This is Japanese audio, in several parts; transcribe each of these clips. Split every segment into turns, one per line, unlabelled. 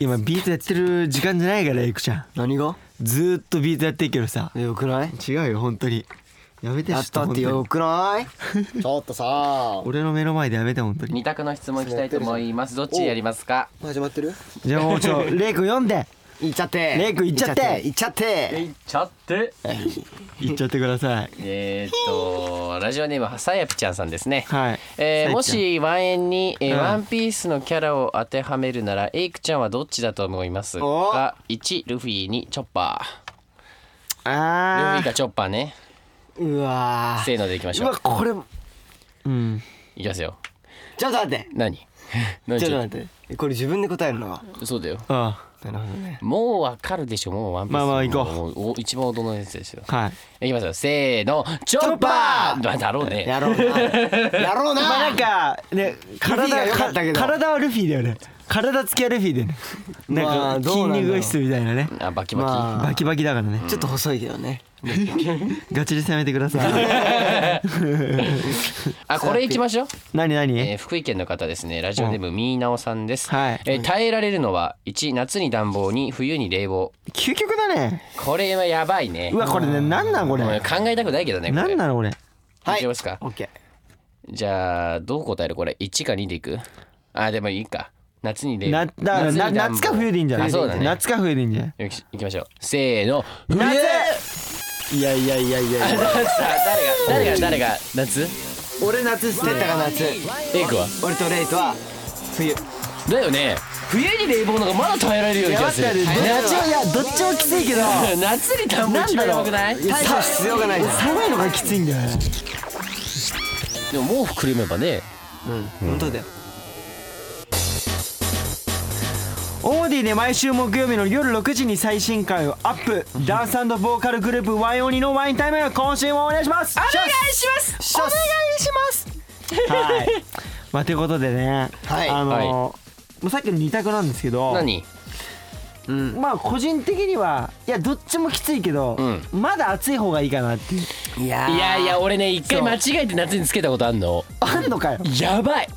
今ビートやってる時間じゃないからゆくちゃん
何が
ずーっとビートやってるけどさ
よくない
違うよ本当にやめて
や
ちょ
っ
っと
たっ
本
て
当
よ
に
く ない
ちょっとさ
俺の目の前でやめて本当に
二択の質問いきたいと思いますどっちやりますか
始まってる
じゃあもうちょレイ君読んで
いっちゃって
レイ君いっちゃって
いっちゃって
いっちゃって
言っちゃってください
えーっとラジオネームはさやぴちゃんさんですね
はい
えーも
さや
しワンエンに、えー
うん
ワンピースのキャラを当てはめるならエイクちゃんはどっちだと思います
お
か1ルフィにチョッパ
ちゃん
ール
あ
フィかチョッパーね
うわ
せーのでいきまし
ーう
ょ
わ
う
これうん
いきますよ
ーちょっと待って
何何
ちょっと待ってこれ自分で答えるのは
そうだよ
あ
なるほどね
もうわかるでしょもうワンピース
まあまあ行こう
もうお一番大人のやつですよ
あはい
いきますよせーのチョッパーまあだろう ね
やろうなやろうな、
まあなんかね
ルフィが
体
良かったけど
体はルフィだよね体つきはルフィだよね
ま
な
あ
んか
ど
筋
うなんだろう
肉質みたいなね
あバキバキ、
まあ
バキバキだからね
ちょっと細いけどね
ガチで攻めてくだ さい
あこれいきましょう
何何
えー福井県の方ですねラジオネームみーなおさんです、
はい
えー耐えられるのは1夏に暖房に冬に冷房
究極だね
これはやばいね
うわこれねなんなんこ
も
れ
う考えたくないけどねこれ
なんなのこれ
いきますか、
オッケ
じゃあどう答えるこれ1か2でいくあでもいいか夏に冷
な
房
だからな
に暖房
夏か冬でいいんじゃない
あそうだね
夏か冬でいいんじゃない
よし行きましょうせーの冬
夏
ーいやいやいやいやいや
さあ 誰が誰が誰が夏
俺夏捨てたが夏
エイクは
俺とレイとは冬
だよね冬に冷房の方がまだ耐えられるような気がする
いや待って
夏
いやどっちもきついけど
夏に暖房一番やばくない
対処す必要がないじゃん
寒いのがきついんだよね
でも毛布くるめばね
本当だよ
オーディで毎週木曜日の夜6時に最新回をアップダンスボーカルグループワイオニのワインタイム今週もお願いしますお願いしますお願いしますはいまあということでね、
はい
あの
はい
もうさっきの二択なんですけど
何
うん
まあ個人的にはいやどっちもきついけど、
う
まだ暑い方がいいかなっていう
いや
いやいや俺ね一回間違えて夏につけたことあんの
あんのかよ
やばい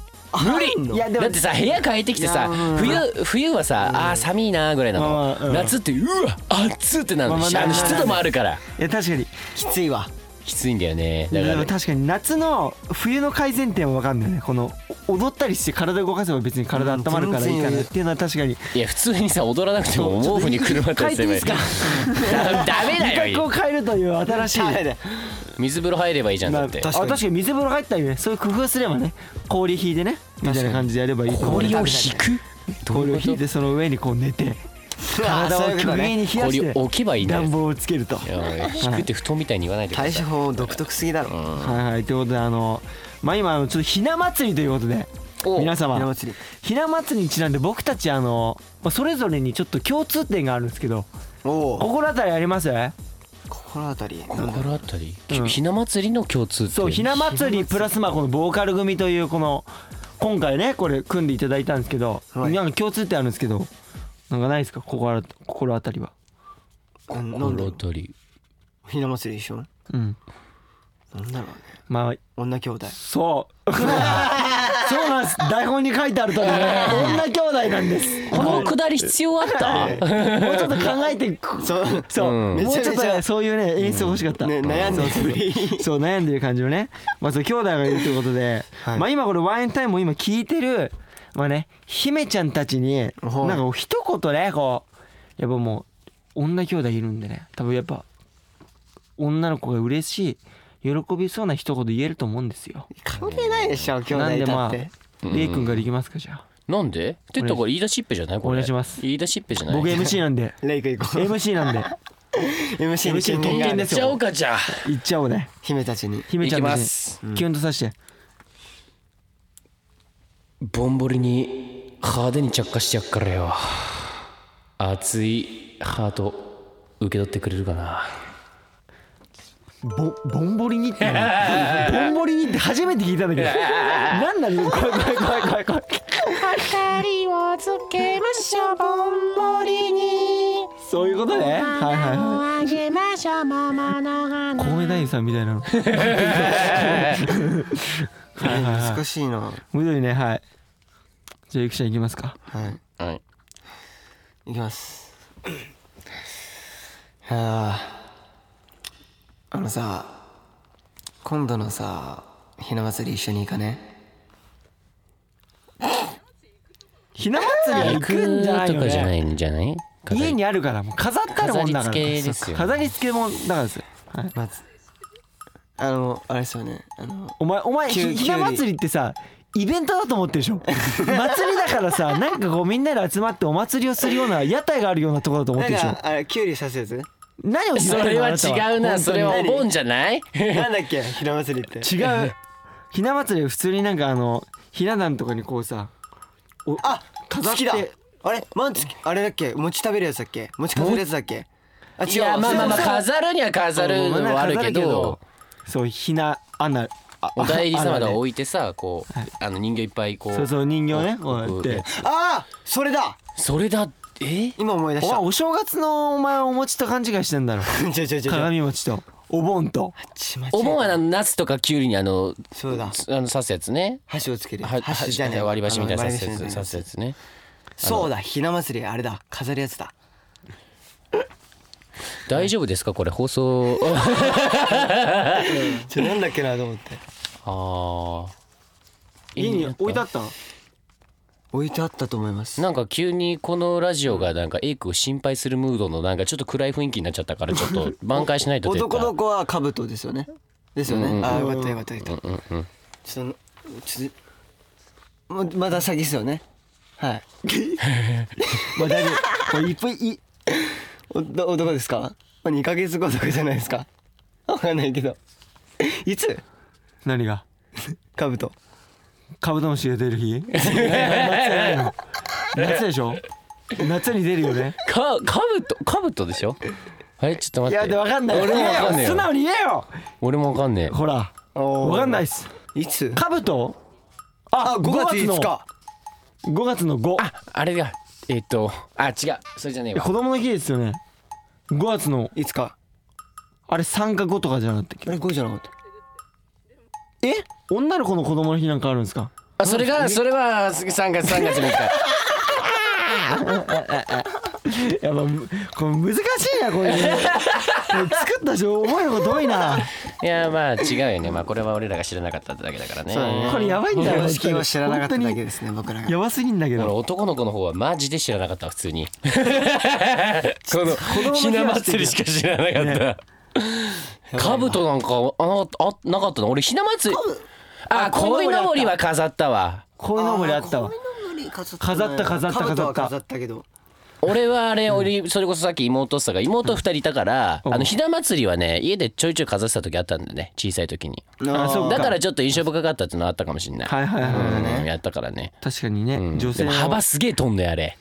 無理
いやでも
だってさ部屋変えてきてさ
いやうん
冬冬はさあー寒いなーぐらいなの
うんうん
夏ってうわ暑ってなる
まあ
の
まあ
しあ
な
の
るなる
湿度もあるから
いや確かに
きつい わ
きついんだよねだ
で
か
も
ら
確かに夏の冬の改善点は分かんないねこのお踊ったりして体動かせば別に体温まるからいいかなっていうのは確かに
いや普通にさ踊らなく ても毛布にくるまったりすればいい ダメだ
企画を
よ
変えるという新しい
ダメだよ
水風呂入ればいいじゃんだ
ま
っ
あ
て
確かにあ確かに水風呂入ったりねそういう工夫すればね氷引いてねみたいな感じでやればいいと思う
氷を引く
氷を引いてその上にこう寝て体
そう
を
いうこと
上に
ね
冷やし
氷
て
を置けばいいんだよ
暖房をつけると
いや引くって布団みたいに言わないでくだ
対
さ
処
い
法独特すぎだろ
はいはいということであのまあ今あのちょっとひな祭りということで
お
皆様
ひな祭り
ひな祭りにちなんで僕たちあのまあそれぞれにちょっと共通点があるんですけど
おお
心当たりあります
心当たり
心当たり、
うん
ひな祭りの共通点
そうひな祭りプラスまあこのボーカル組というこの今回ねこれ組んでいただいたんですけど、
はい
なんか共通点あるんですけどなんかないですか心当た心当たりは
なんなんだろ
心
う
当たり
ひな祭りでしょ
うん
なんだろうね
まあ
女兄弟
そう そうなんです台本に書いてあるとね女兄弟なんです
このくだり必要あった
もうちょっと考えてく
そう
そう、
うん
もうちょっとねそういうね演出欲しかった、
ね悩んで
そうそう
る
そう悩んでる感じのね、まあ、そう兄弟がいるということで、
はい
まあ今これワインタイムを今聞いてるまあね姫ちゃんたちになん
はい
かこう一言ねこうやっぱもう女兄弟いるんでね多分やっぱ女の子が嬉しい喜びそうな一言言えると思うんですよ。
関係ないでしょ
な
兄
ん
弟
で
だ
ま
っ
あ
て
レイ君ができますかじゃあ
なんでって言ったらこれ言い出しっぺじゃないこれ
お願いします
言い出しっぺじゃない
僕 MC なん で
レイク行こう
MC なんで
MC に
MC
権限があ
権限
る
で
行っちゃおうかじゃあ
行っちゃおうね
姫たちに
姫ちゃんた
行きま
ち
す
にキュンとさして
ぼんぼりに派手に着火してやっからよ熱いハート受け取ってくれるかな
ぼぼんぼりにって何ぼんぼりにって初めて聞いたんだけど何なの怖い怖い怖い怖い怖いそういうことねはいはいはい小梅太夫さんみたいなのはいはいは
難しいない
緑ねはいじゃあゆきちゃんいきますか
はい
はい
いきますあああのさ今度のさひな祭り一緒に行かね
ひな祭り行くんじゃない
と
よ
かじゃな
ね
いんじゃない飾り
家にあるからもう飾ってあるもんだから
飾り付けですよ
飾り付けもんだからですよはい
まずあのあれですよねあの
お前お前
急
ひ
急に
ひな祭りってさイベントだと思ってるでしょ祭りだからさなんかこうみんなで集まってお祭りをするような屋台があるようなところだと思っ
な
て
ん
るでしょ
かあれキュウリ刺すやつ
何を言
そ
われ
れ
る
は
の
違うなそれはお
本当に
盆じゃない
なんだっけひな祭りって
違うひな祭りは普通になんかあのひな壇とかにこうさお
あ
飾
飾
っ
っててあれマンツあれだっけ餅食べるやつだっけ餅飾るやつだっけあ
い
違う
や
わ
まあまあまあ
そうそう
飾るには飾るのはあるけど
そうひなあんなあ
お代理様
あ
が
んなね
置いてさこうあの人形いっぱいこう
そうそう人形ねこうや
こ
っ
うや
て
って
ああそれだ
それだえ
今思い出
お
し
前
た
お正月のお前お餅と勘違いしてんだろ
ちょちょちょちょ
鏡餅とお盆と
ち間違えた
お盆はあのナスとかキュウリにあの
そうだ
つあの刺すやつね
箸をつける
は
箸じゃねえ
は割り箸みたいな
あの
刺すや
割り
つ
箸みたいな
刺すやつね
そうだひな祭りあれだ飾るやつだ
大丈夫ですかこれ放送
ちょなんだっけなと思って
ああ
家に置いてあった
置いてあったと思います
なんか急にこのラジオがなんかエイクを心配するムードのなんかちょっと暗い雰囲気になっちゃったからちょ っと挽回しないと絶対
男の子は兜ですよねですよ
うんうんう
ね
ん
ああよかったよかったよかった
うんうん
ちょっとちょっとままだ先ですよね はい
まあだいぶこれいっぱいい
おど男ですかまあ二ヶ月後とかじゃないですかわかんないけどいつ
何が
兜
カブトムシが出る日夏じゃないの夏でしょ夏に出るよね
かかぶとかぶとでしょはいちょっと
い
待っ
や
て
でわかんない
俺もわかんねえ
素直
よ
に言えよ
俺もわかんねえ
ほらわ
わ
かんないっす
いつ
カブトあ
あ五月
の
5日
5月の5
ああれだえっとあ違うそれじ ゃねえわ
子供の日ですよね5月の
いつか
あれ3か5とかじゃなかったっけ
あれ5じゃなかった
え女の子の子供の日なんかあるんですか
あそれがそれは3月3月3日
やっぱむこれ難しいなこれ これ作った人覚えること多いない
やまあ違うよねまあこれは俺らが知らなかっただけだからね
そうだね
これやばいんだよ
公式を知らなかっただ
本
けですね僕
当
らが
にやばすぎんだけ
俺
ど
男の子の方はマジで知らなかった普 通にこのひな祭りしか知らなかった、兜なんかあなあなかったの俺ひな祭りあ
鯉
鯉
の
の
ぼ
ぼ
り
りは飾ったわ
こういうのもあったわ飾った飾った飾った
兜は飾ったけど
俺はあれ俺それこそさっき妹さが妹2人いたから
ん
あのひな祭りはね家でちょいちょい飾ってた時あったんだよね小さい時に
あそう
だからちょっと印象深かったっていうのはあったかもしんない、
はいはいはいはい
うんやったからね
確かにね、
うん
女性
でも
の
幅すげえ飛んだよ あれ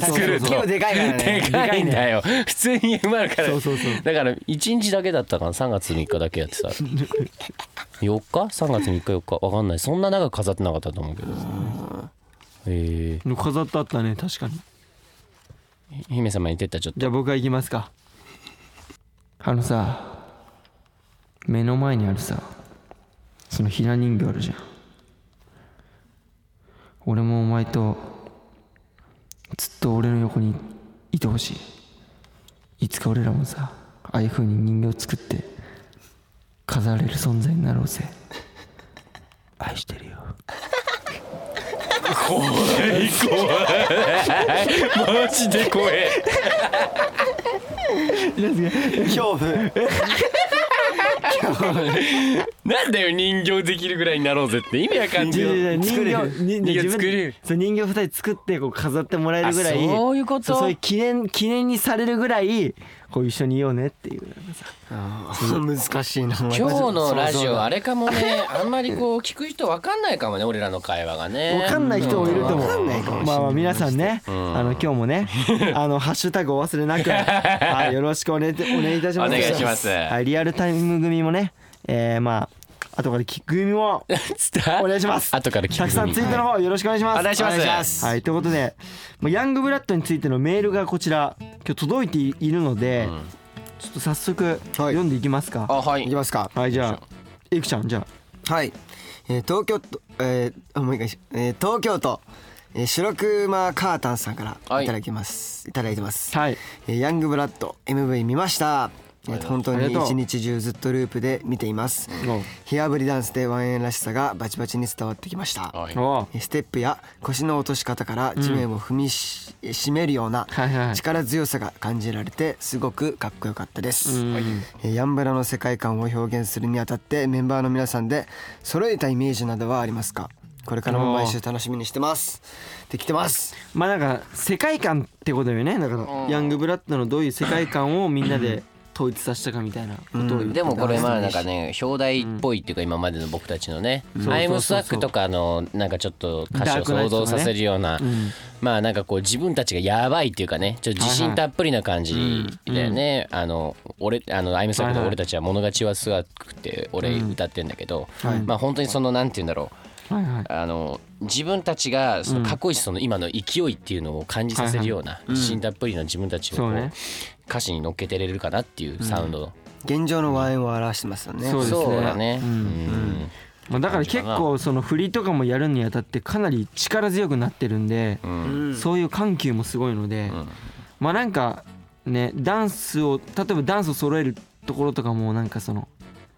作ると
結構でかいから
で
ね
かいんだよ普通に埋まるから
そうそうそう
だから1日だけだったかな3月3日だけやってた4日 ?3 月3日4日わかんないそんな長く飾ってなかったと思うけどえ
飾ってあったね確かに
ー、姫様に出たちょっと
じゃあ僕は行きますかあのさ目の前にあるさそのひな人形あるじゃん俺もお前とずっと俺の横にいてほしいいつか俺らもさああいう風に人形作って飾られる存在になろうぜ愛してるよ
マジで怖え
恐怖
なんだよ人形できるぐらいになろうぜって意味わかんない
いやいや
よ
人形人
人形
自分
作る
そう人形二人作ってこう飾ってもらえるぐらい
あそういうこと
そうそういう記念記念にされるぐらいこう一緒にいようねっていうなんかさ
難しいな今
今日のラジオあれかもねあんまりこう聞く人わかんないかもね俺らの会話がね
わかんない人もいると思
わか
うん
ないかもしれない
まあまあ皆さんねあの今日も ねあのハッシュタグお忘れなくはいよろしくお,、ね、お願いいたします
お願いします
はいリアルタイム組もねえー、まあ後から聞く組も
つっ た
お願いします
後から聞く
たくさんツイートの方よろしくお願いします
お願いします
おはいということでまあヤングブラッドについてのメールがこちら今日届いているので、ちょっと早速読んでいきますか
あ
は
はい
いきますか
い、じゃあいくちゃんじゃあ
はい、えー東京都えーあもう一回しえー東京都、ええー白熊カータンさんから
はい
いただきます、い、ただいてます、
はい
えーヤングブラッド MV 見ましたえー本当
あ
に
りがとう
一日中ずっとループで見ています
おう
火あぶりダンスでワンエンらしさがバチバチに伝わってきました、
はい
おう
えーステップや腰の落とし方から地面を踏みし、しめるような
はいはい
力強さが感じられてすごくかっこよかったです、
うん
えーヤンブラの世界観を表現するにあたってメンバーの皆さんで揃えたイメージなどはありますかこれからも毎週楽しみにしてますできてます
まあなんか世界観ってことよねだからヤングブラッドのどういう世界観をみんなで統一させたかみたいなことを言って
でもこれまあなんかね表題っぽいっていうか今までの僕たちのね「アイムスワック」とかのなんかちょっと歌詞を想像させるようなまあなんかこう自分たちがやばいっていうかねちょっと自信たっぷりな感じだよねあの俺あの「アイムスワック」の俺たちは「物勝ちはすワック」って俺歌ってんだけどまあ本当にそのなんて言うんだろう
はいはい
あの自分たちがそのかっこいいしその今の勢いっていうのを感じさせるような自信たっぷりな自分たちをこ
そう
う
ね
歌詞に乗っけてれるかなっていうサウンドの。
現状のワンエンを表してますよね
そうですね
だね。
うん
うん
まあ、だから結構その振りとかもやるにあたってかなり力強くなってるんで、
うん
そういう緩急もすごいので、
ん
まあなんかねダンスを例えばダンスを揃えるところとかもなんかその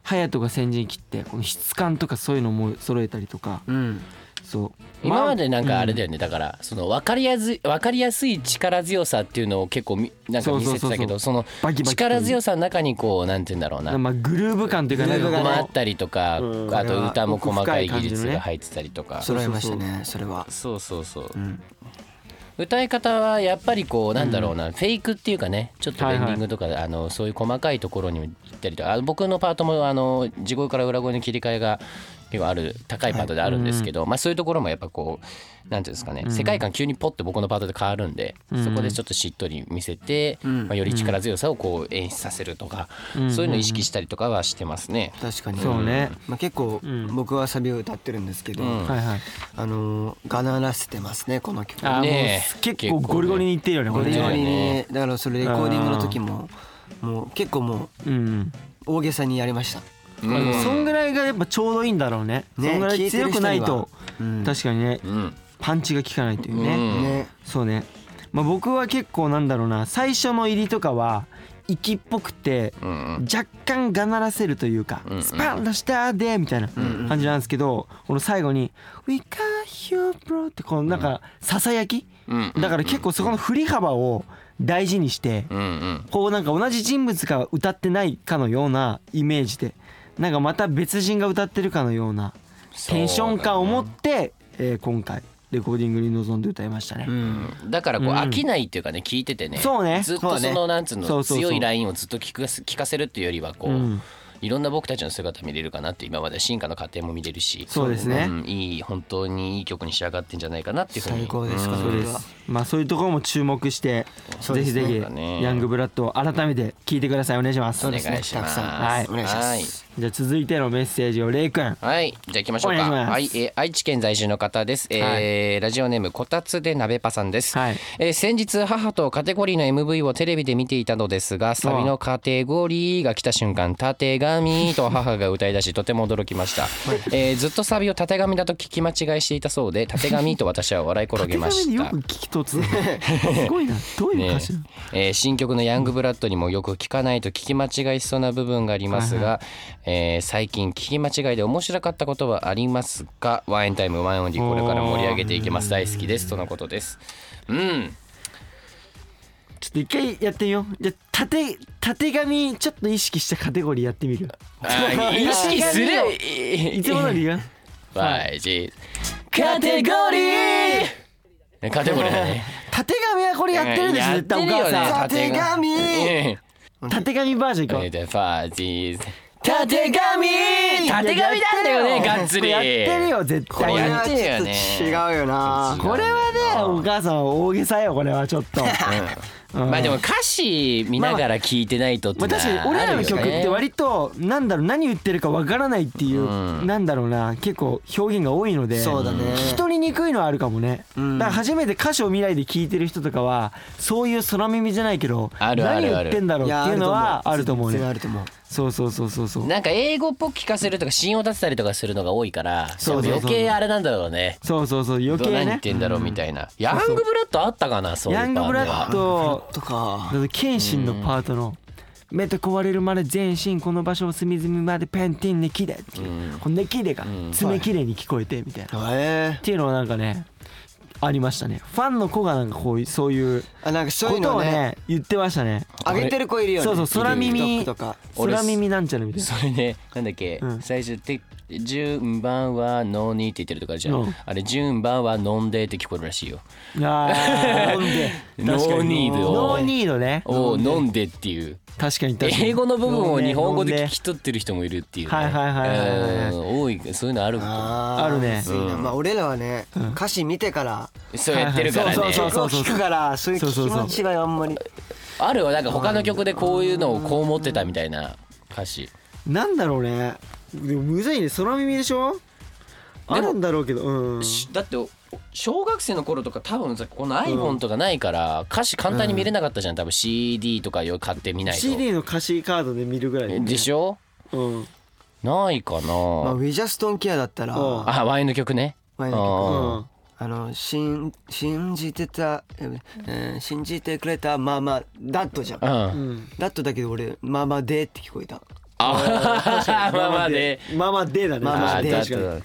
隼人が先陣切ってこの質感とかそういうのも揃えたりとか
うん
そう
今までなんかあれだよね、だからその分かりやすい分かりやすい力強さっていうのを結構みなんか見せてたけどその
バキバキという
力強さの中にこうなんて言うんだろう
まあ
な
まあグルーヴ感というか
グルー
な
ヴ
んか
がね
こ
もあ
の
ったりとか
うん
あと歌も
奥深
細
い
かい技
感
術
じのね
が入ってたりとか
揃えましたねそれは
そうそうそう歌い方はやっぱりこうなんだろうなフェイクっていうかねちょっと
はい
エ
は
ン
い
ディングとかあのそういう細かいところにも行ったりとかあの僕のパートもあの地声から裏声の切り替えが結構ある高いパートであるんですけどまあそういうところもやっぱこうなんていうんですかね世界観急にポッと僕のパートで変わるんでそこでちょっとしっとり見せてまあより力強さをこう演出させるとかそういうのを意識したりとかはしてますね。
確かに
そうね
まあ、結構
ん
僕はサビを歌ってるんですけど、
うん
はいはい
あのーがならせてますねこの曲
あー
ねえ
もう結構ゴリゴリにいってるよね
ゴ
これ
リ
ね
ゴリ
ね
にだからそれレコーディングの時ももう結構も
うん
う大げさにやりました
まあでもそんぐらいがやっぱちょうどいいんだろうね
ね
そんぐらい強くないと
聞いてる人にはうん
確かにね
うん
パンチが効かないというね、
うん
ね
そうね、まあ、僕は結構なんだろうな最初の入りとかは息っぽくて
うんうん
若干がならせるというか
うんう
「
ん
スパン出したで」みたいな感じなんですけどこの最後に「We got you bro」ってこのなんかささやき
うん
だから結構そこの振り幅を大事にして
うんうん
こうなんか同じ人物が歌ってないかのようなイメージでなんかまた別人が歌ってるかのようなテンション感を持ってえー今回レコーディングに臨んで歌いましたね。
だからこう
うん
飽きないっていうかね聞いててね
そうね
ずっと
そ
そうのなんつう
そ
の
うそうそう
強いラインをずっと聞く聞かせるっていうよりはこ
うん
ういろんな僕たちの姿見れるかなって今まで進化の過程も見れるし
そうですね
んいい本当にいい曲に仕上がってんじゃないかなっていうふうに
最高です
うん
か
そう
そ
で
れは
す。まあそういうところも注目して、
そう
ぜ
で
ひ
す
ぜ
ね
ひ
そうだね
ヤングブラッドを改めて聞いてください。お願いします。
お願いします
たくさん
はい
お願いします
じゃあ続いてのメッセージをレイくん。
はい、じゃあ行きましょう
お願い
か。
します
はい、えー愛知県在住の方です。えーラジオネームこたつで鍋パさんです。
はい
えー先日母とカテゴリーの MV をテレビで見ていたのですが、サビのカテゴリーが来た瞬間、縦紙と母が歌い出し、とても驚きました。えーずっとサビを縦紙だと聞き間違いしていたそうで、縦紙と私は笑い転げました。
手紙によく聞き取ってたすごいな。どういう歌詞なの？
えー新曲の「ヤングブラッド」にもよく聞かないと聞き間違いしそうな部分がありますが、えー最近聞き間違いで面白かったことはありますかワインタイムワインオンリーこれから盛り上げていきます大好きですとのことです うん
ちょっと一回やってみよう。じゃあ縦縦紙ちょっと意識したカテゴリーやってみるよ。
意識する
いつも の理由？
はいじカテゴリーねカテゴリーだね
縦紙はこ れやってるでしょ。
やっ
絶
て
対お
るよ
母さん。
ね
縦紙
うん
縦紙バージョンいこう。
でファージーズ縦紙縦紙なんだよねがっつ
これ
り
やってるよ絶
こ
対
れ
に。
やってるよね
これはちょっと違うよな
これはねお母さんは大げさよこれはちょっと。
まあでも歌詞見ながら聞いてないとって
まあ、確かに俺らの曲って割となんだろう何言ってるかわからないっていう、なんだろうな結構表現が多いので
そうだね
聞き取りにくいのはあるかもね、だから初めて歌詞を未来で聞いてる人とかはそういう空耳じゃないけど
あるあるある
何言ってんだろうっていうのはあると思う
全然
ね
あると思う
そうそうそうそうそう
なんか英語っぽく聞かせるとか芯を立てたりとかするのが多いから
そうそうそう
余計あれなんだろうね
そうそうそう余
どう
計
何言
ね
ってんだろうみたいいなヤングブラッドあったかなそういう
ヤングブラッ
ド
ド
とか
だって謙信のパートの「目と壊れるまで全身この場所を隅々までペンティンネキレ」っていう、このネキレが爪切れに聞こえてみたいな、っ
え
ていうのはなんかねありましたねファンの子がなんかこういうそういう
ーあなんかそう
こ
いう
と
の
をね
ね
言ってましたね
上げてる子いるよね
そうそう空耳
TikTok とか
俺
空耳なんちゃらみたいな
それねなんだっけ、
うん
最初て「順番はのに」って言ってるとかあるじゃん、
うん
あれ「順番はのんで」って聞こえるらしいよ
あー
ノーニード
ノーニードね
を飲んでっていう
確かに確かに
英語の部分を日本語
飲ん
で聞き取ってる人もいるっていうね
はいはいはいはいはいはい
うん多いそういうのあること
あー
あるね
むずいなまあ俺らはね歌詞見てから
そうやってるからね、
はいはいそうそう
曲を聴くからそういう
そうそう
気
そう
持ちがあんまり
あるよなんか他の曲でこういうのをこう思ってたみたいな歌詞
なんだろうねでもむずいね空耳でしょあるんだろうけどうん
しだってお小学生の頃とか多分さこの iPhone とかないから歌詞簡単に見れなかったじゃん多分 CD とかよ買ってみないと
CD の歌詞カードで見るぐらいだよね
でしょ
うん
ない
まあ
かな
ウィジャストンケアだったら
うん
あワインの曲ね
ワインの曲
うん
あの信信じてた、えー信じてくれたまあまあダットじゃん
うん、う、
うんん
ダットだけど俺まあまあでって聞こえた
あまあまあで
まあまあでだね
まあまあで
確
だ
かに
と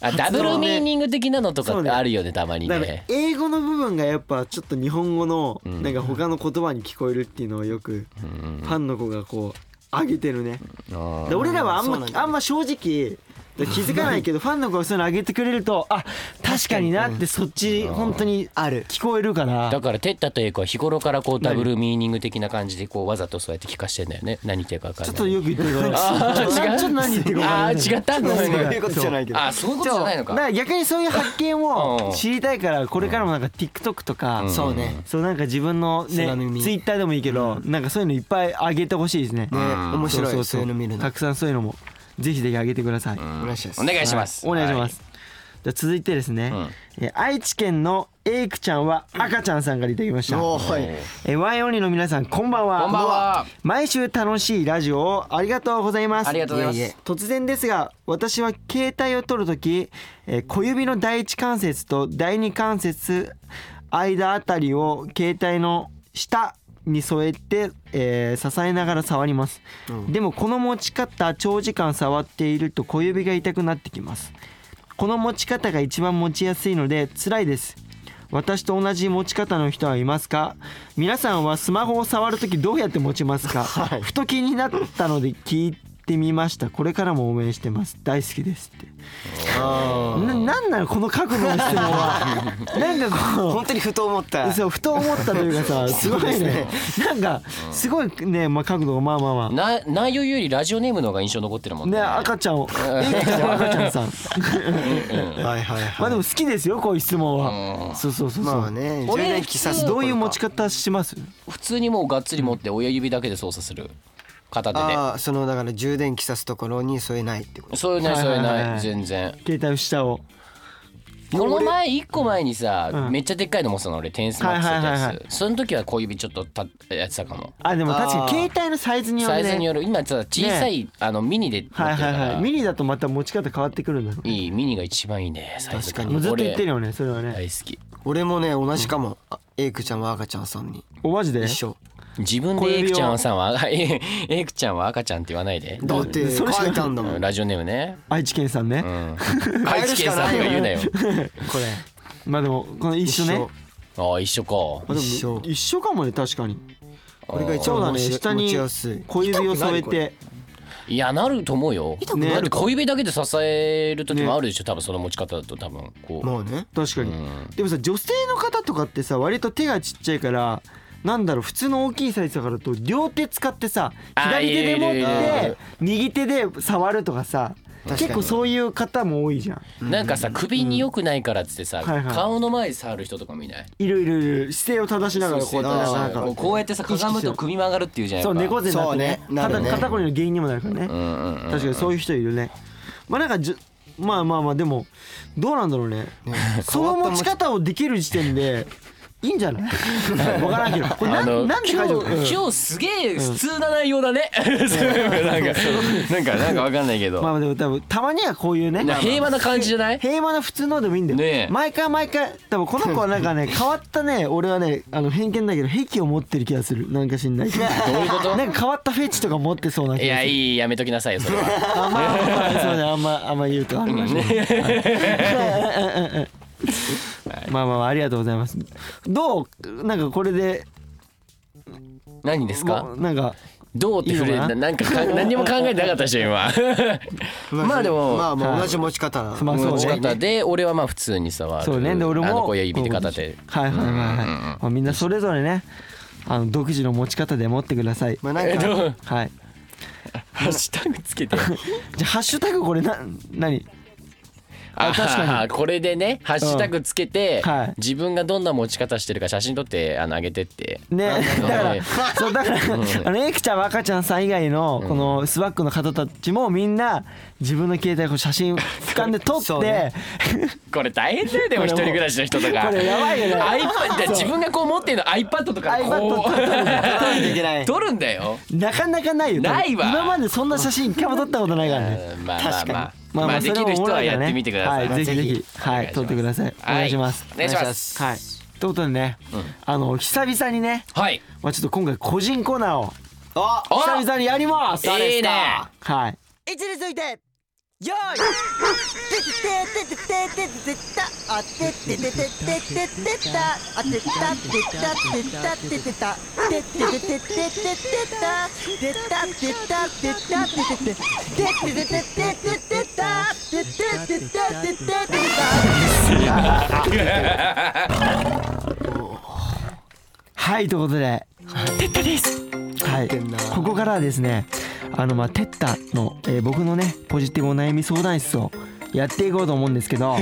あダブルミーニング的なのとかってあるよねたまに
だから
ね
英語の部分がやっぱちょっと日本語のなんか他の言葉に聞こえるっていうのをよくファンの子がこう上げてるね
うん
で俺らはあん
そう
ま
なんだ
あんま正直気づかない けどファンの子がそういうの上げてくれるとあ確かになってそっち本当に
ある
聞こえるから
だからテッタとエイコは日頃からこうダブルミーニング的な感じでこうわざとそうやって聞かしてんだよね何言ってるか分かん
ちょっ
ない
とよく言ってるから。
あー
ちょ
違う
ちょっと何言ってるか
あ
わかんない。
ー違ったんだ
そう
ね
いうことじゃないけど
あそういうことじゃないの
だか
から
逆にそういう発見
う
を
ん
知りたいからこれからもなんか TikTok とか
そうね
そうなんか自分のね
空耳
Twitter でもいいけどなんかそういうのいっぱい上げてほしいですね
ね面白いそういうの見るの
たくさんそういうのもぜひぜひ上げてください
お願いします
お願いします
お願いしますじゃあ続いてですねえー愛知県のエイクちゃんは赤ちゃんさんからいただきました
おーはい
えーワイオンリーの皆さんこんばんは
こんばんは
毎週楽しいラジオをありがとうございます
ありがとうございます
えいえ
突然ですが私は携帯を取るとき、えー小指の第一関節と第二関節間あたりを携帯の下に添えて、えー支えながら触ります、でもこの持ち方長時間触っていると小指が痛くなってきますこの持ち方が一番持ちやすいので辛いです私と同じ持ち方の人はいますか皆さんはスマホを触るときどうやって持ちますか、ふと気になったので聞いてみましたこれからも応援してます大好きですってななんなのこの角度の質問はなんかこう
本当にふと思った
そうふと思ったというかさすごいね
そうで
なんかすごいね、まあ、角度がまあまあまあ
な内容よりラジオネームの方が印象残ってるもんね
ね赤ちゃんをえいくちゃん赤ちゃんさん
はいはい
まあで
は
も好きですよこういう質問はそうそうそ
い。
うそう、
まあね、
俺
10代気さす
どういう持ち方します
普通にもうがっつり持って親指だけで操作する片手で
ああ、そのだから充電器さすところに添えないってこと。
そういうない
はい
そう
はいいうはい
ない全然
携帯の下を
この前一個前に
う
さ
ん
めっちゃでっかいの持ってたの俺テニスマッチって
はいはいはい
や
は
つその時は小指ちょっとたやってたかも
あでも確かに
あー
携帯のサイズによ
サ
る
イズに
ね
よる今さ小さいあのミニで持ってるか
はいはいはい
ら
ミニだとまた持ち方変わってくるんだろう
いいミニが一番いいねサイズ
確か
もうずっと
俺
言ってるよねそれはね
大好き
俺もね、同じかも。あエイクちゃんは赤ちゃんさんに
おマジで
一緒。
自分
小
でエイ
指を
クちゃんはさんはエイクちゃんは赤ちゃんって言わないで
だって
そ
書
れしか
いたんだもん。
ラジオネームね
愛知県さんね、
うん
変
愛
える
知
し
県
か
さ
な
ん
いよ
とか言うなよ
これ。
まあでもこの一緒ね
ああ一緒か
あでも
一緒
一緒かもね確かに
これが一
そうだ
番
ね
持ち
下
持
に
ちやすい。
小指を添えて
いやなると思うよ
くなるか
だって小指だけで支える時もあるでしょ多分その持ち方だと多分こう
まあね。
確かに、
うん
でもさ女性の方とかってさ割と手がちっちゃいからなんだろう普通の大きいサイズだからと両手使ってさ
あー
左手で持っ
いるいるいるい
て
る
右手で触るとかさ
かに
結構そういう方も多いじゃん
なんかさ首に良くないからっつってさ、
うんはいはい
顔の前に触る人とかもいない
いるいるいる姿勢を正しながらこうやってなんか
こうこうやってさかがむと首曲がるっていうじゃん
そう
やっぱ
猫背になってね
そうねなるね
肩肩こりの原因にもなるからね、
うんうんうん
確かにそういう人いるねまあなんかじゅまあまあまあでもどうなんだろうねその持ち方をできる時点でいいんじゃないわからん けどこれな
あの
んなんで
今
解除
日今日すげえ普通な内容だね。 なんかなんかなんかわかんないけど、
まあでも多分たまにはこういうね
なんか平和な感じじゃない？
平和な普通のでもいいんだよ、
ねえ
毎回毎回多分この子はなんかね変わったね俺はねあの偏見だけど癖を持ってる気がするなんか知んないけど
どういうこと
なんか変わったフェチとか持ってそうな気がする
いやいいやめときなさいよそれは。
あんまあまあそうねあんまあんま言うとあれなんではいまあまあまあありがとうございますどうなんかこれで
何ですか
も？うなんか
どうって触れ
いいのか
な
な
なんか か何にも考えてなかったでしょ今。まあでも
まあまあ同じ持ち方な
まあそう
持
ね
ち方で俺はまあ普通に触る。
そうねで俺も
あの子指で片手。
はいはいはいはいまあみんなそれぞれねあの独自の持ち方で持ってください
まあな
え
ん
っ
か
と
はい
ハッシュタグつけ て。
じゃあハッシュタグこれな何あ確かに
にこれでねハッシュタグつけて、
うんはい
自分がどんな持ち方してるか写真撮ってあの上げてって
ね だか
うん
らそうだからあのエクちゃん若ちゃんさん以外のこのスワックの方たちもみんな自分の携帯こう写真俯瞰で撮
そう
って
ね
これ大変だよで
こ
も
れ
一
も
人暮らしの人とか
これやばいよね
iPad で自分がこう持ってるの iPad とか
iPad
こ
撮ったの
撮らないといけな
う
い
撮るんだよ
なかなかないよ多分
ないわ
今までそんな写真一回も撮ったことないからね
うんまあまあまあまあ、で
それ
き
も
る
お
人
もろ
はい
から
やっ
ね
てみてください、
はいぜひぜひは
お願
い
いします
撮ってくださいお願いします
お願いします
はいということでねあの久々にね
はい
まあちょっと今回個人コーナーを
あ
お
久々にやります
いいね
はい
位置についてよーいててててててててたあてててててててたあてたてたてたててたてててててててたてたてたてたてててててててててたてててててててた
はいということで
テッタです
はい
てんな、
ここからはですねあのまあテッタの、えー僕のねポジティブお悩み相談室をやっていこうと思うんですけ ど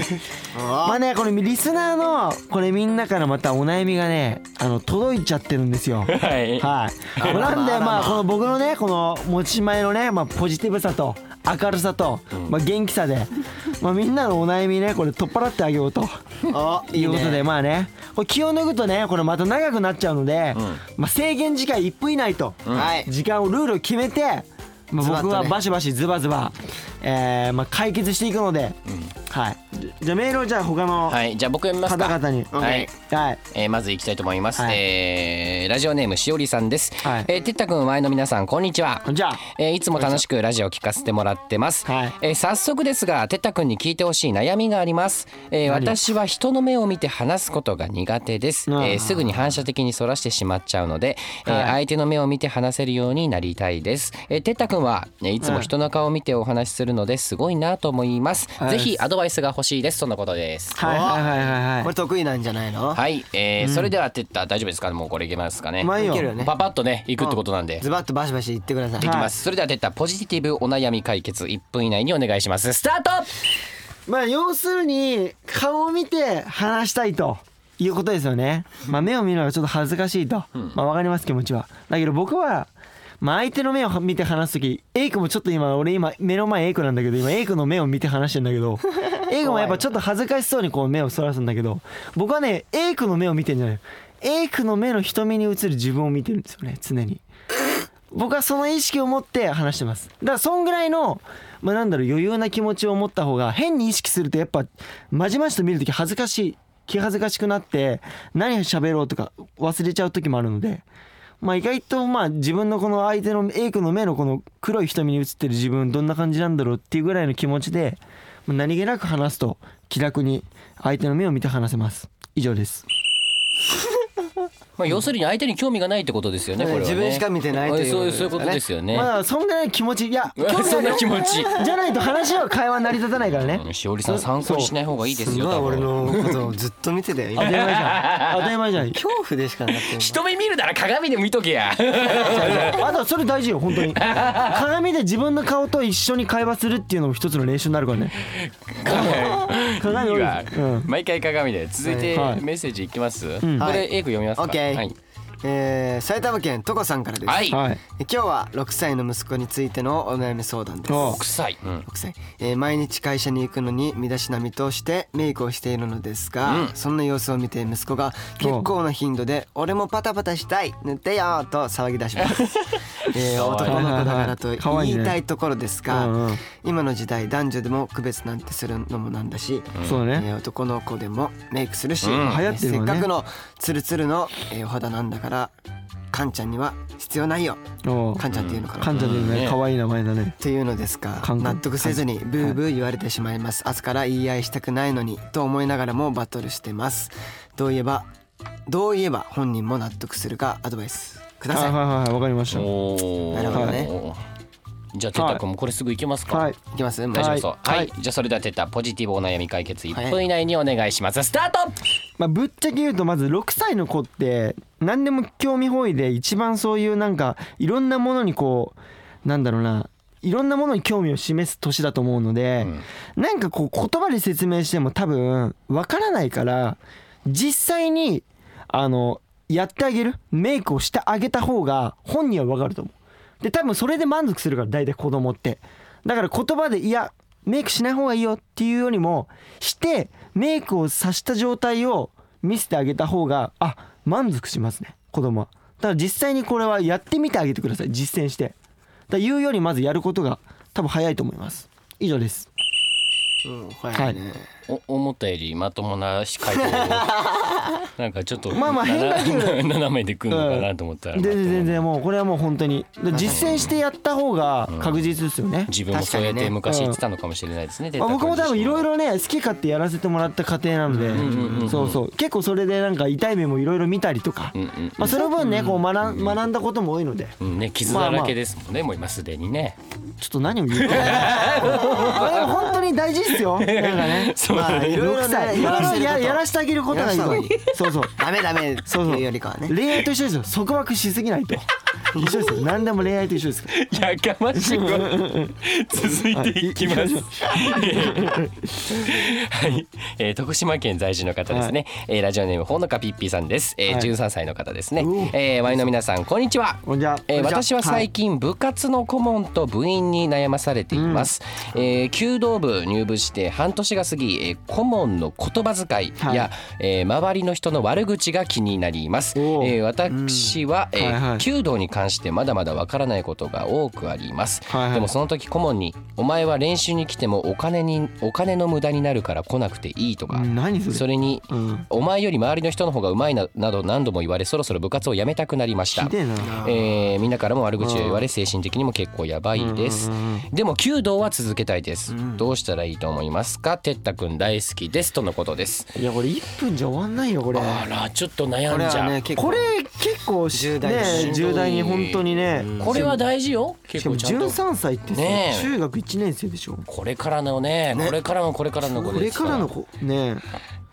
まあねこれリスナーのこれみんなからまたお悩みがねあの届いちゃってるんですよ。
はい
はい、なんでまあこの僕のねこの持ち前のね、まあ、ポジティブさと明るさと、まあ、元気さで、まあ、みんなのお悩みねこれ取っ払ってあげようと。
あ
ということでまあねこれ気を抜くとねこれまた長くなっちゃうので、まあ、制限時間1分以内と、
はい
時間をルールを決めて、まあ、
ズバッとね
僕はバシバシズバズバ、えーまあ、解決していくので、はいじじゃあメールをじゃあ他の
はいじゃあ僕読みますか
方々に、
はい
OK
はい
えーまず行きたいと思います、
はい
えーラジオネームしおりさんです、
はい
えー、てったくん前の皆さんこんにちは
じゃあ
えーいつも楽しくラジオを聞かせてもらってます、
はい
えー早速ですがてったくんに聞いてほしい悩みがあります、えー私は人の目を見て話すことが苦手です、え
あー
ーすぐに反射的にそらしてしまっちゃうので、えー相手の目を見て話せるようになりたいです、えー、てったくんは、えーいつも人の顔を見てお話しするのですごいなと思います、
い
ぜひアドバイスが欲しいですとのことです
はいはいはいはい
こ
は
れ得意なんじゃないの
はい、えーそれではてった大丈夫ですかもうこれいけますかね
いまあいいよ
いけるよね
パパッとね行くってことなんで、
ズバッとバシバシ言ってください
できます、それではてったポジティブお悩み解決1分以内にお願いしますスタート
まあ要するに顔を見て話したいということですよね、まあ、目を見るのがちょっと恥ずかしいと、まあ、わかります気持ちはだけど僕は、まあ、相手の目を見て話す時エイクもちょっと今俺今目の前エイクなんだけど今エイクの目を見て話してんだけどエイクもやっぱちょっと恥ずかしそうにこう目をそらすんだけど僕はねエイクの目を見てんじゃないエイクの目の瞳に映る自分を見てるんですよね常に。僕はその意識を持って話してますだからそんぐらいの、まあ、なんだろう余裕な気持ちを持った方が変に意識するとやっぱまじまじと見るとき恥ずかしい気恥ずかしくなって何喋ろうとか忘れちゃう時もあるので、まあ、意外とまあ自分のこの相手の A 君の目のこの黒い瞳に映ってる自分どんな感じなんだろうっていうぐらいの気持ちでまあ何気なく話すと気楽に相手の目を見て話せます以上です
まあ、要するに相手に興味がないってことですよね、
うん
これは、ね、
自分しか見てないという
そうそういうことですよね、
まあそんぐらいの気持ちいや興味ある
そんな気持ち
じゃないと話は会話成り立たないからね
しおりさん参考にしない方がいいですすよ
ごい
多分
俺のことをずっと見てたよ今
当たり前じゃん当たり前じ ゃん
恐怖でしかなくて
一目見るなら鏡で見とけや
あとそれ大事よ本当に鏡で自分の顔と一緒に会話するっていうのも一つの練習になるからね鏡
いい
多い
わ
ですうん
毎回鏡で続いて
はい
メッセージいきます、
ん
これ A 君読みますか、
オッケー
はい
えー、埼玉県とこさんからです、
は
え
い
はい
今日は6歳の息子についてのお悩み相談です
お
臭い、うん
6歳、えー毎日会社に行くのに身だしなみとしてメイクをしているのですが、そんな様子を見て息子が結構な頻度で「俺もパタパタしたい塗ってよ」と騒ぎ出 します、えー男の子だからと
かわいいね
言いたいところですが、
うんうん
今の時代男女でも区別なんてするのもなんだし、
そうね
えー男の子でもメイクするし、
ん
えー
流行ってる
せ
よ
っ
ね
かくのツルツルの、えーお肌なんだからカンちゃんには必要ないよ
お
カンちゃんっていうのかな、
カンちゃんという
う
ね
ん
可愛い名前だね
っていうのですか
韓国
納得せずにブーブー言われてしまいます明日から言い合いしたくないのにと思いながらもバトルしてますどう言えばどう言えば本人も納得するかアドバイスくだ
はいはいは
さい、
いわかりましたは
おー
なるほどね
はいじゃあテッタ君もこれすぐ行けますか、
い
い、きますもう
大丈夫そう
は
はいい、じゃあそれではテッタポジティブお悩み解決
はい
1分以内にお願いします、スタート
まあ、ぶっちゃけ言うとまず6歳の子って何でも興味本位で一番そういうなんかいろんなものにこうなんだろうないろんなものに興味を示す年だと思うので、なんかこう言葉で説明しても多分わからないから実際にあのやってあげるメイクをしてあげた方が本人はわかると思う。で多分それで満足するから大体子供って。だから言葉でいやメイクしない方がいいよっていうよりもしてメイクをさした状態を見せてあげた方があ満足しますね子供はだから実際にこれはやってみてあげてください実践してだから言うよりまずやることが多分早いと思います以上です
うん早いね、
お思ったよりまともな 回答をなんかちょっと
まあまあ変化球
斜め斜めでくんのかなと思ったら、
全然全然もうこれはもう本当にだから実践してやった方が確実ですよね、
自分もそうやっ
確かにね
て昔言ってたのかもしれないですね、
まあ、
哲
僕
太
も
君
多分いろい
自身も
ろね好き勝手やらせてもらった家庭なので、そうそう結構それでなんか痛い目もいろいろ見たりとか、
んうん
まあ、その分ねこう学ん学んだことも多いので
うんね傷だらけですもんね、もう今すでにね
ちょっと何を言う かまあでも本当に大事っすよなんかね
そう
まあいろいろ
6歳
ね
い
や
ろいろや
らせること
やらしてあげることがいいと
やらした方がいい
そうそう
ダメダメって
そうそう
いうよりかはね
恋愛と一緒ですよ束縛しすぎないと一緒ですよ何でも恋愛と一緒ですから
やかましく続いていきます。はい、えー徳島県在住の方ですね。えーラジオネームほのかぴっぴさんです。え
は
ー、
い
13歳の方ですね
うお。
えー、ワイの皆さんこんにちは。
こんにちは
えー
こんにちは
私は最近部活の顧問と部員に悩まされています。えー弓道部入部して半年が過ぎ、えー顧問の言葉遣いや、えー周りの人の悪口が気になります。え
おー
ー私は、えー
はいはい
弓道に関してまだまだわからないことが多くあります、
はいはい
でもその時顧問に「お前は練習に来てもお金にお金の無駄になるから来なくていい」とか、
うん何それ
それに、
うん
お前より周りの人の方がうまいな」など何度も言われそろそろ部活を辞めたくなりました
ひでえな
えーみんなからも悪口を言われ精神的にも結構やばいですでも弓道は続けたいです、どうしたらいいと思いますかてったくん大好きですとのことです
いやこれ1分じゃ終わんないよこれ
あらちょっと悩
これ
んじゃ
は
う
ね結構
これ結構し
重大しん
ね
どい
重大に本当にね
これは大事よ
し
結
かも
構ちゃんと
13歳ってさ
ねえ
中学1年生でしょ
これからのねこれからのこれからの
こ
子で
れ
すか
かららの子ね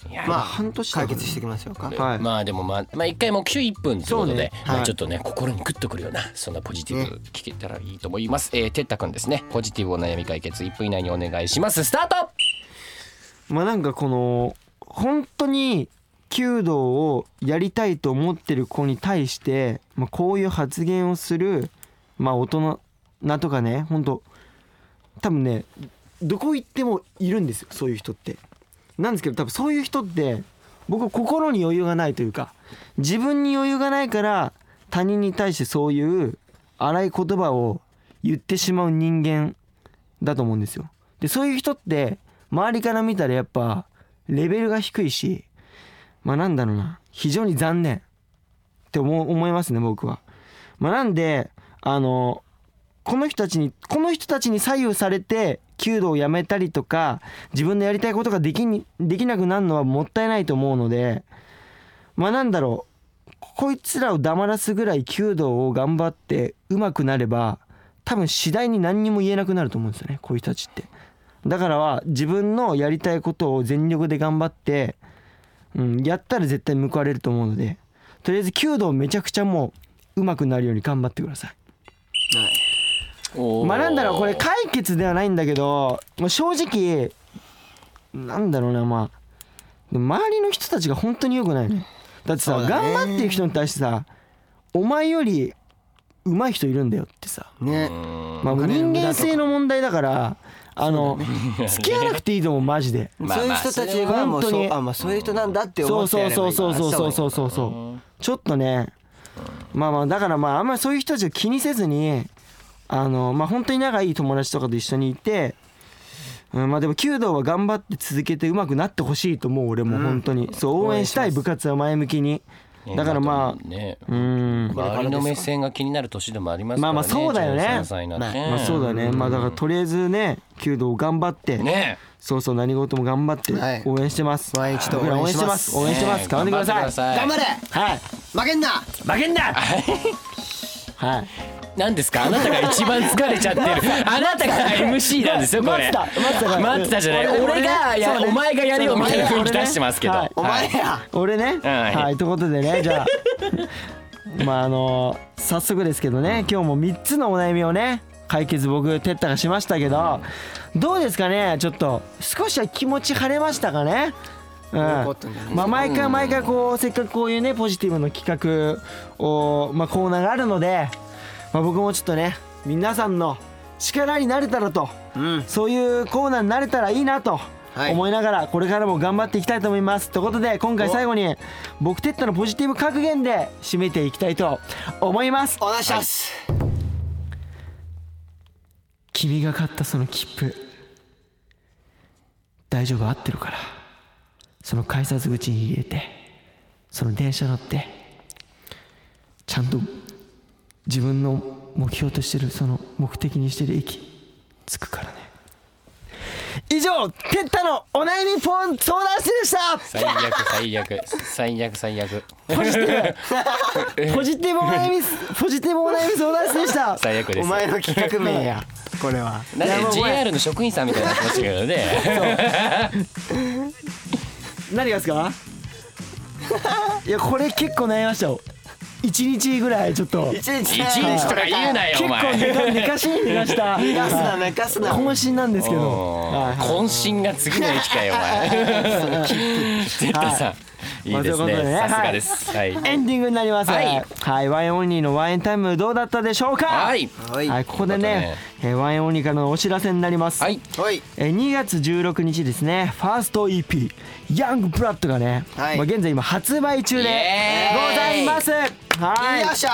いや
まあ
半年だ
解
からね
決していきましょうか、
はい
まあでもまあまあ一回目標1分ということ
そう
で、
ね
ま
は
あ
い
ちょっとね心にグッとくるようなそんなポジティブ聞けたらいいと思います、えー、てったくんですねポジティブお悩み解決1分以内にお願いしますスタート
まあなんかこの本当に弓道をやりたいと思ってる子に対して、まあ、こういう発言をする、まあ、大人とかね本当多分ねどこ行ってもいるんですよそういう人って。なんですけど多分そういう人って僕は心に余裕がないというか自分に余裕がないから他人に対してそういう荒い言葉を言ってしまう人間だと思うんですよ。でそういう人って周りから見たらやっぱレベルが低いしまあなんだろうな非常に残念って思う思いますね僕は。まあ、なんであのこの人たちにこの人たちに左右されて弓道をやめたりとか自分のやりたいことができにできなくなるのはもったいないと思うのでまあなんだろうこいつらを黙らすぐらい弓道を頑張って上手くなれば多分次第に何にも言えなくなると思うんですよねこういう人たちって。だからは自分のやりたいことを全力で頑張って、うん、やったら絶対報われると思うのでとりあえず弓道めちゃくちゃもう上手くなるように頑張ってください。まあなんだろうこれ解決ではないんだけどまあ正直なんだろうなまあでも周りの人たちが本当に良くないねだってさ、
そうだね
頑張ってる人に対してさお前より上手い人いるんだよってさ、
ね
まあ、
お金の
人
無駄とか
間性の問題だからあの、付き合わなくていいと思うマジで。
まあ
そういう人たちがも
本
う
当
そ
に
うあまあそういう人なんだって
そ
思
う
って
そ
や
う
れば
そ
いういか
そう
ら
そうそうそうう
そ
そうそうちょっとねまあまあだからまああんまりそういう人たちを気にせずにあのまあ本当に仲いい友達とかと一緒にいて、うん、まあでも弓道は頑張って続けて上手くなってほしいと思う俺も本当に、そう応援したい部活は前向きにだからまあ
ね
うん
周りの目線が気になる年でもあります
まあ
からね
まあそうだよね
13歳なんてね
まあそうだね、まあだからとりあえずね弓道を頑張って、
ね
そうそう何事も頑張って
はい
応援してます、
毎日と
僕ら応援してます応援してます頑張ってください
頑張れ
はい
負けんな
負けんなはい
何ですかあなたが一番疲れちゃ ってるあなたが MC なんですよこれ
待ってた
待ってたじゃない
俺
俺がや
そうね
お前がやるよみたいな雰囲気
俺ね
出してますけど
はい
お前や
俺ね
はい
はいということでねじゃあ まああの早速ですけどね今日も3つのお悩みをね解決僕テッタがしましたけどどうですかねちょっと少しは気持ち晴れましたかねうん、
ったんじゃない
まあ毎回毎回こうせっかくこういうねポジティブの企画を、まあ、コーナーがあるので、まあ、僕もちょっとね皆さんの力になれたらと、そういうコーナーになれたらいいなと
はい
思いながらこれからも頑張っていきたいと思います。ということで今回最後に僕テッドのポジティブ格言で締めていきたいと思います。
お願いします
君が買ったその切符大丈夫合ってるからその改札口に入れてその電車乗ってちゃんと自分の目標としてるその目的にしてる駅着くからね以上テッタのお悩みポン相談室でした
最悪最悪最悪最悪
ポジティブポジティブお悩みポジティブお悩み相談室でした
最悪で
お
す
前の企 画名やこれは
なんで JR の職員さんみたいになってましたけ どね
何がですかいやこれ結構悩みましたよ一日ぐらいちょっと
一日
一日とか言うなよ
結
お
構寝
前
か寝かし寝かした
寝かすな寝かすな
渾身なんですけどはいはい
渾身が次の駅かよお前絶対さいいです
まあそういうことでね
ねさすがですはい
エンディングになります
はい
はいワインオンリーのワインタイムどうだったでしょうか
はい
はい
は
はいい
ここで
よ
ね
か
えーワインオンリーからのお知らせになります
はい
はい
えー2月16日ですねファースト EP「ヤングブラッド」がね、
はい
まあ現在今発売中で
イエーイ
ございますはい
よっしゃ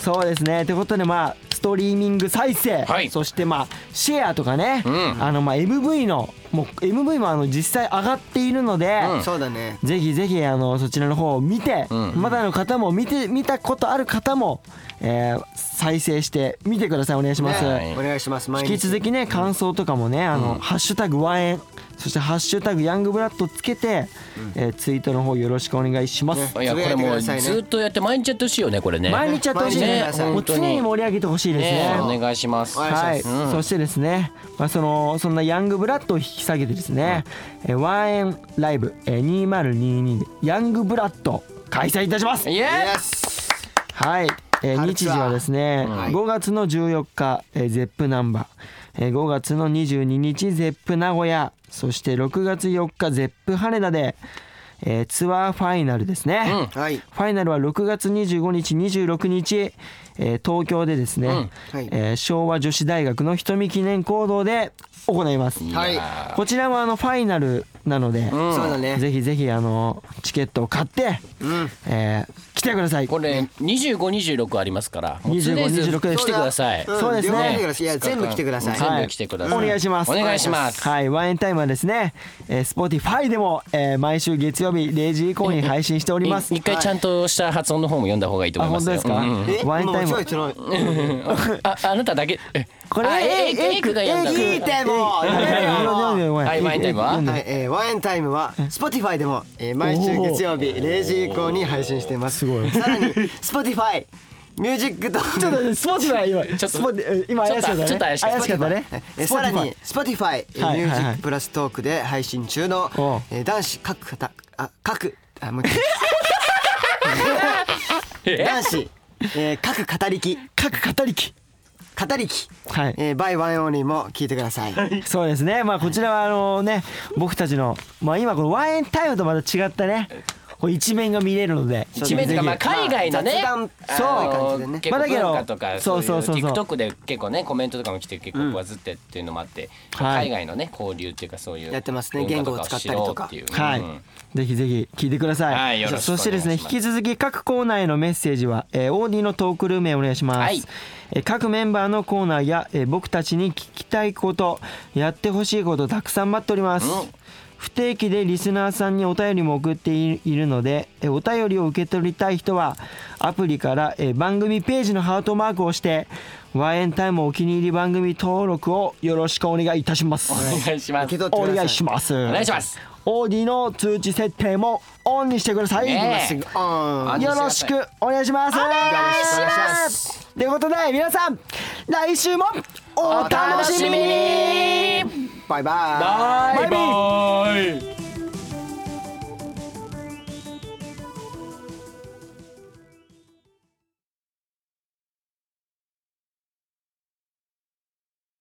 そうですねということでまあストリーミング再生、
はい
そしてまあシェアとかね、
ん
あのまあ MV のもう MV もあの実際上がっているので、
うん
そうだね
ぜひぜひあのそちらの方を見て、
ん
まだの方も見て見たことある方も、えー再生して見てくださいお願いします。
はい
お願いします毎
引
日
き続きね感想とかもね「あのハッシュタグワンエン」そして「ハッシュタグヤングブラッド」つけて、えーツイートの方よろしくお願いします。
いやこれも
つぶやいてくだ
う
さいね
ずっとやって毎日やってほしいよねこれね
毎日やってほしいね
毎日ね
もう常に盛り上げてほしいです
ね
ね
お願いします
はい、
うん
そしてですね、まあ、そのそんなヤングブラッドを引き下げてですね、えーワンエンライブ、えー、2022ヤングブラッド開催いたします
イエーイ
イエス
はい、えー
春
日
ツ
時
アー
はですね、
はい
5月の14日、えー、ゼップナンバー、えー、5月の22日ゼップ名古屋そして6月4日ゼップ羽田で、えーツアーファイナルですね、
うん
はい
ファイナルは6月25日26日、えー東京でですね、
はい
えー昭和女子大学の瞳記念講堂で行います
はい
こちらもあのファイナルなので、
そうだね
ぜひぜひあのチケットを買って、えー来てください
これ2526ありますからもう
25
26
26
来てください
うん
そうですね
両方来てくださいいや全部来てください
全部来てください
お願いします
お願いします
はいワインタイムはですね、えー、Spotify でも、えー毎週月曜日0時以降に配信しております
い一回ちゃんとした発音の方も読んだ方がいいと
あ
思いま
本
す
当
よ
ですか、
うんうん
え
ワインタイム
もうちょいちょい
ああなただけえ
これ
あ
え
エイクエイクが読んだ
エ
いいってもうやめろよ
読んで読んで
はいワインタイムは
読んで
はい、えー、ワンエンタイムは Spotify でも、えー、毎週月曜日0時以降に配信しています。
すごい
さらに Spotify ミュージックと
ちょっとスポーツは今、ちょっと今怪しかったね。
ちょっと怪しかった
怪しかったね。
えーさらに Spotify えー
はい
ミュ
はいはい
ージックプラストークで配信中の
おう、
えー、男子各方あ各あもう一 回男子、えー、各語りき
各語りき。
語りき、
はい
えー、by one only も聞いてください。
そうですね。まあこちらはあのね、僕たちのまあ今このワインタイムとまた違ったね。こう一面が見れるので
一面とかまあ
ぜひ
海外のね
雑談
あ
そ
の
う
結
ま
構
あだけど
文化とか
そ
そうういう
そうそうそう
TikTok で結構ねコメントとかも来て結構バズってっていうのもあって
はい
海外のね交流っていうかそういう
やってますね
文化と
言語を使ったりとか
知ろうっていう
はい、
うん
ぜひぜひ聞いてください。
はいよろしくお願いします
そしてですね、引き続き各コーナーへのメッセージは、えー、オーディのトークルームへお願いします。
はい
えー各メンバーのコーナーや、えー僕たちに聞きたいこと、やってほしいことたくさん待っております。
うん
不定期でリスナーさんにお便りも送っていいるので、えーお便りを受け取りたい人は、アプリから、えー番組ページのハートマークを押して、ワイエンタイムお気に入り番組登録をよろしくお願いいたします。
お願いします
けど
お願いします。お
お願いします
オーディの通知設定もオンにしてください。
ねえ
あ
あ
よろしくお願いします。お願いします。ということで皆さん来週もお楽しみに。
ーバイバイ
バイバイ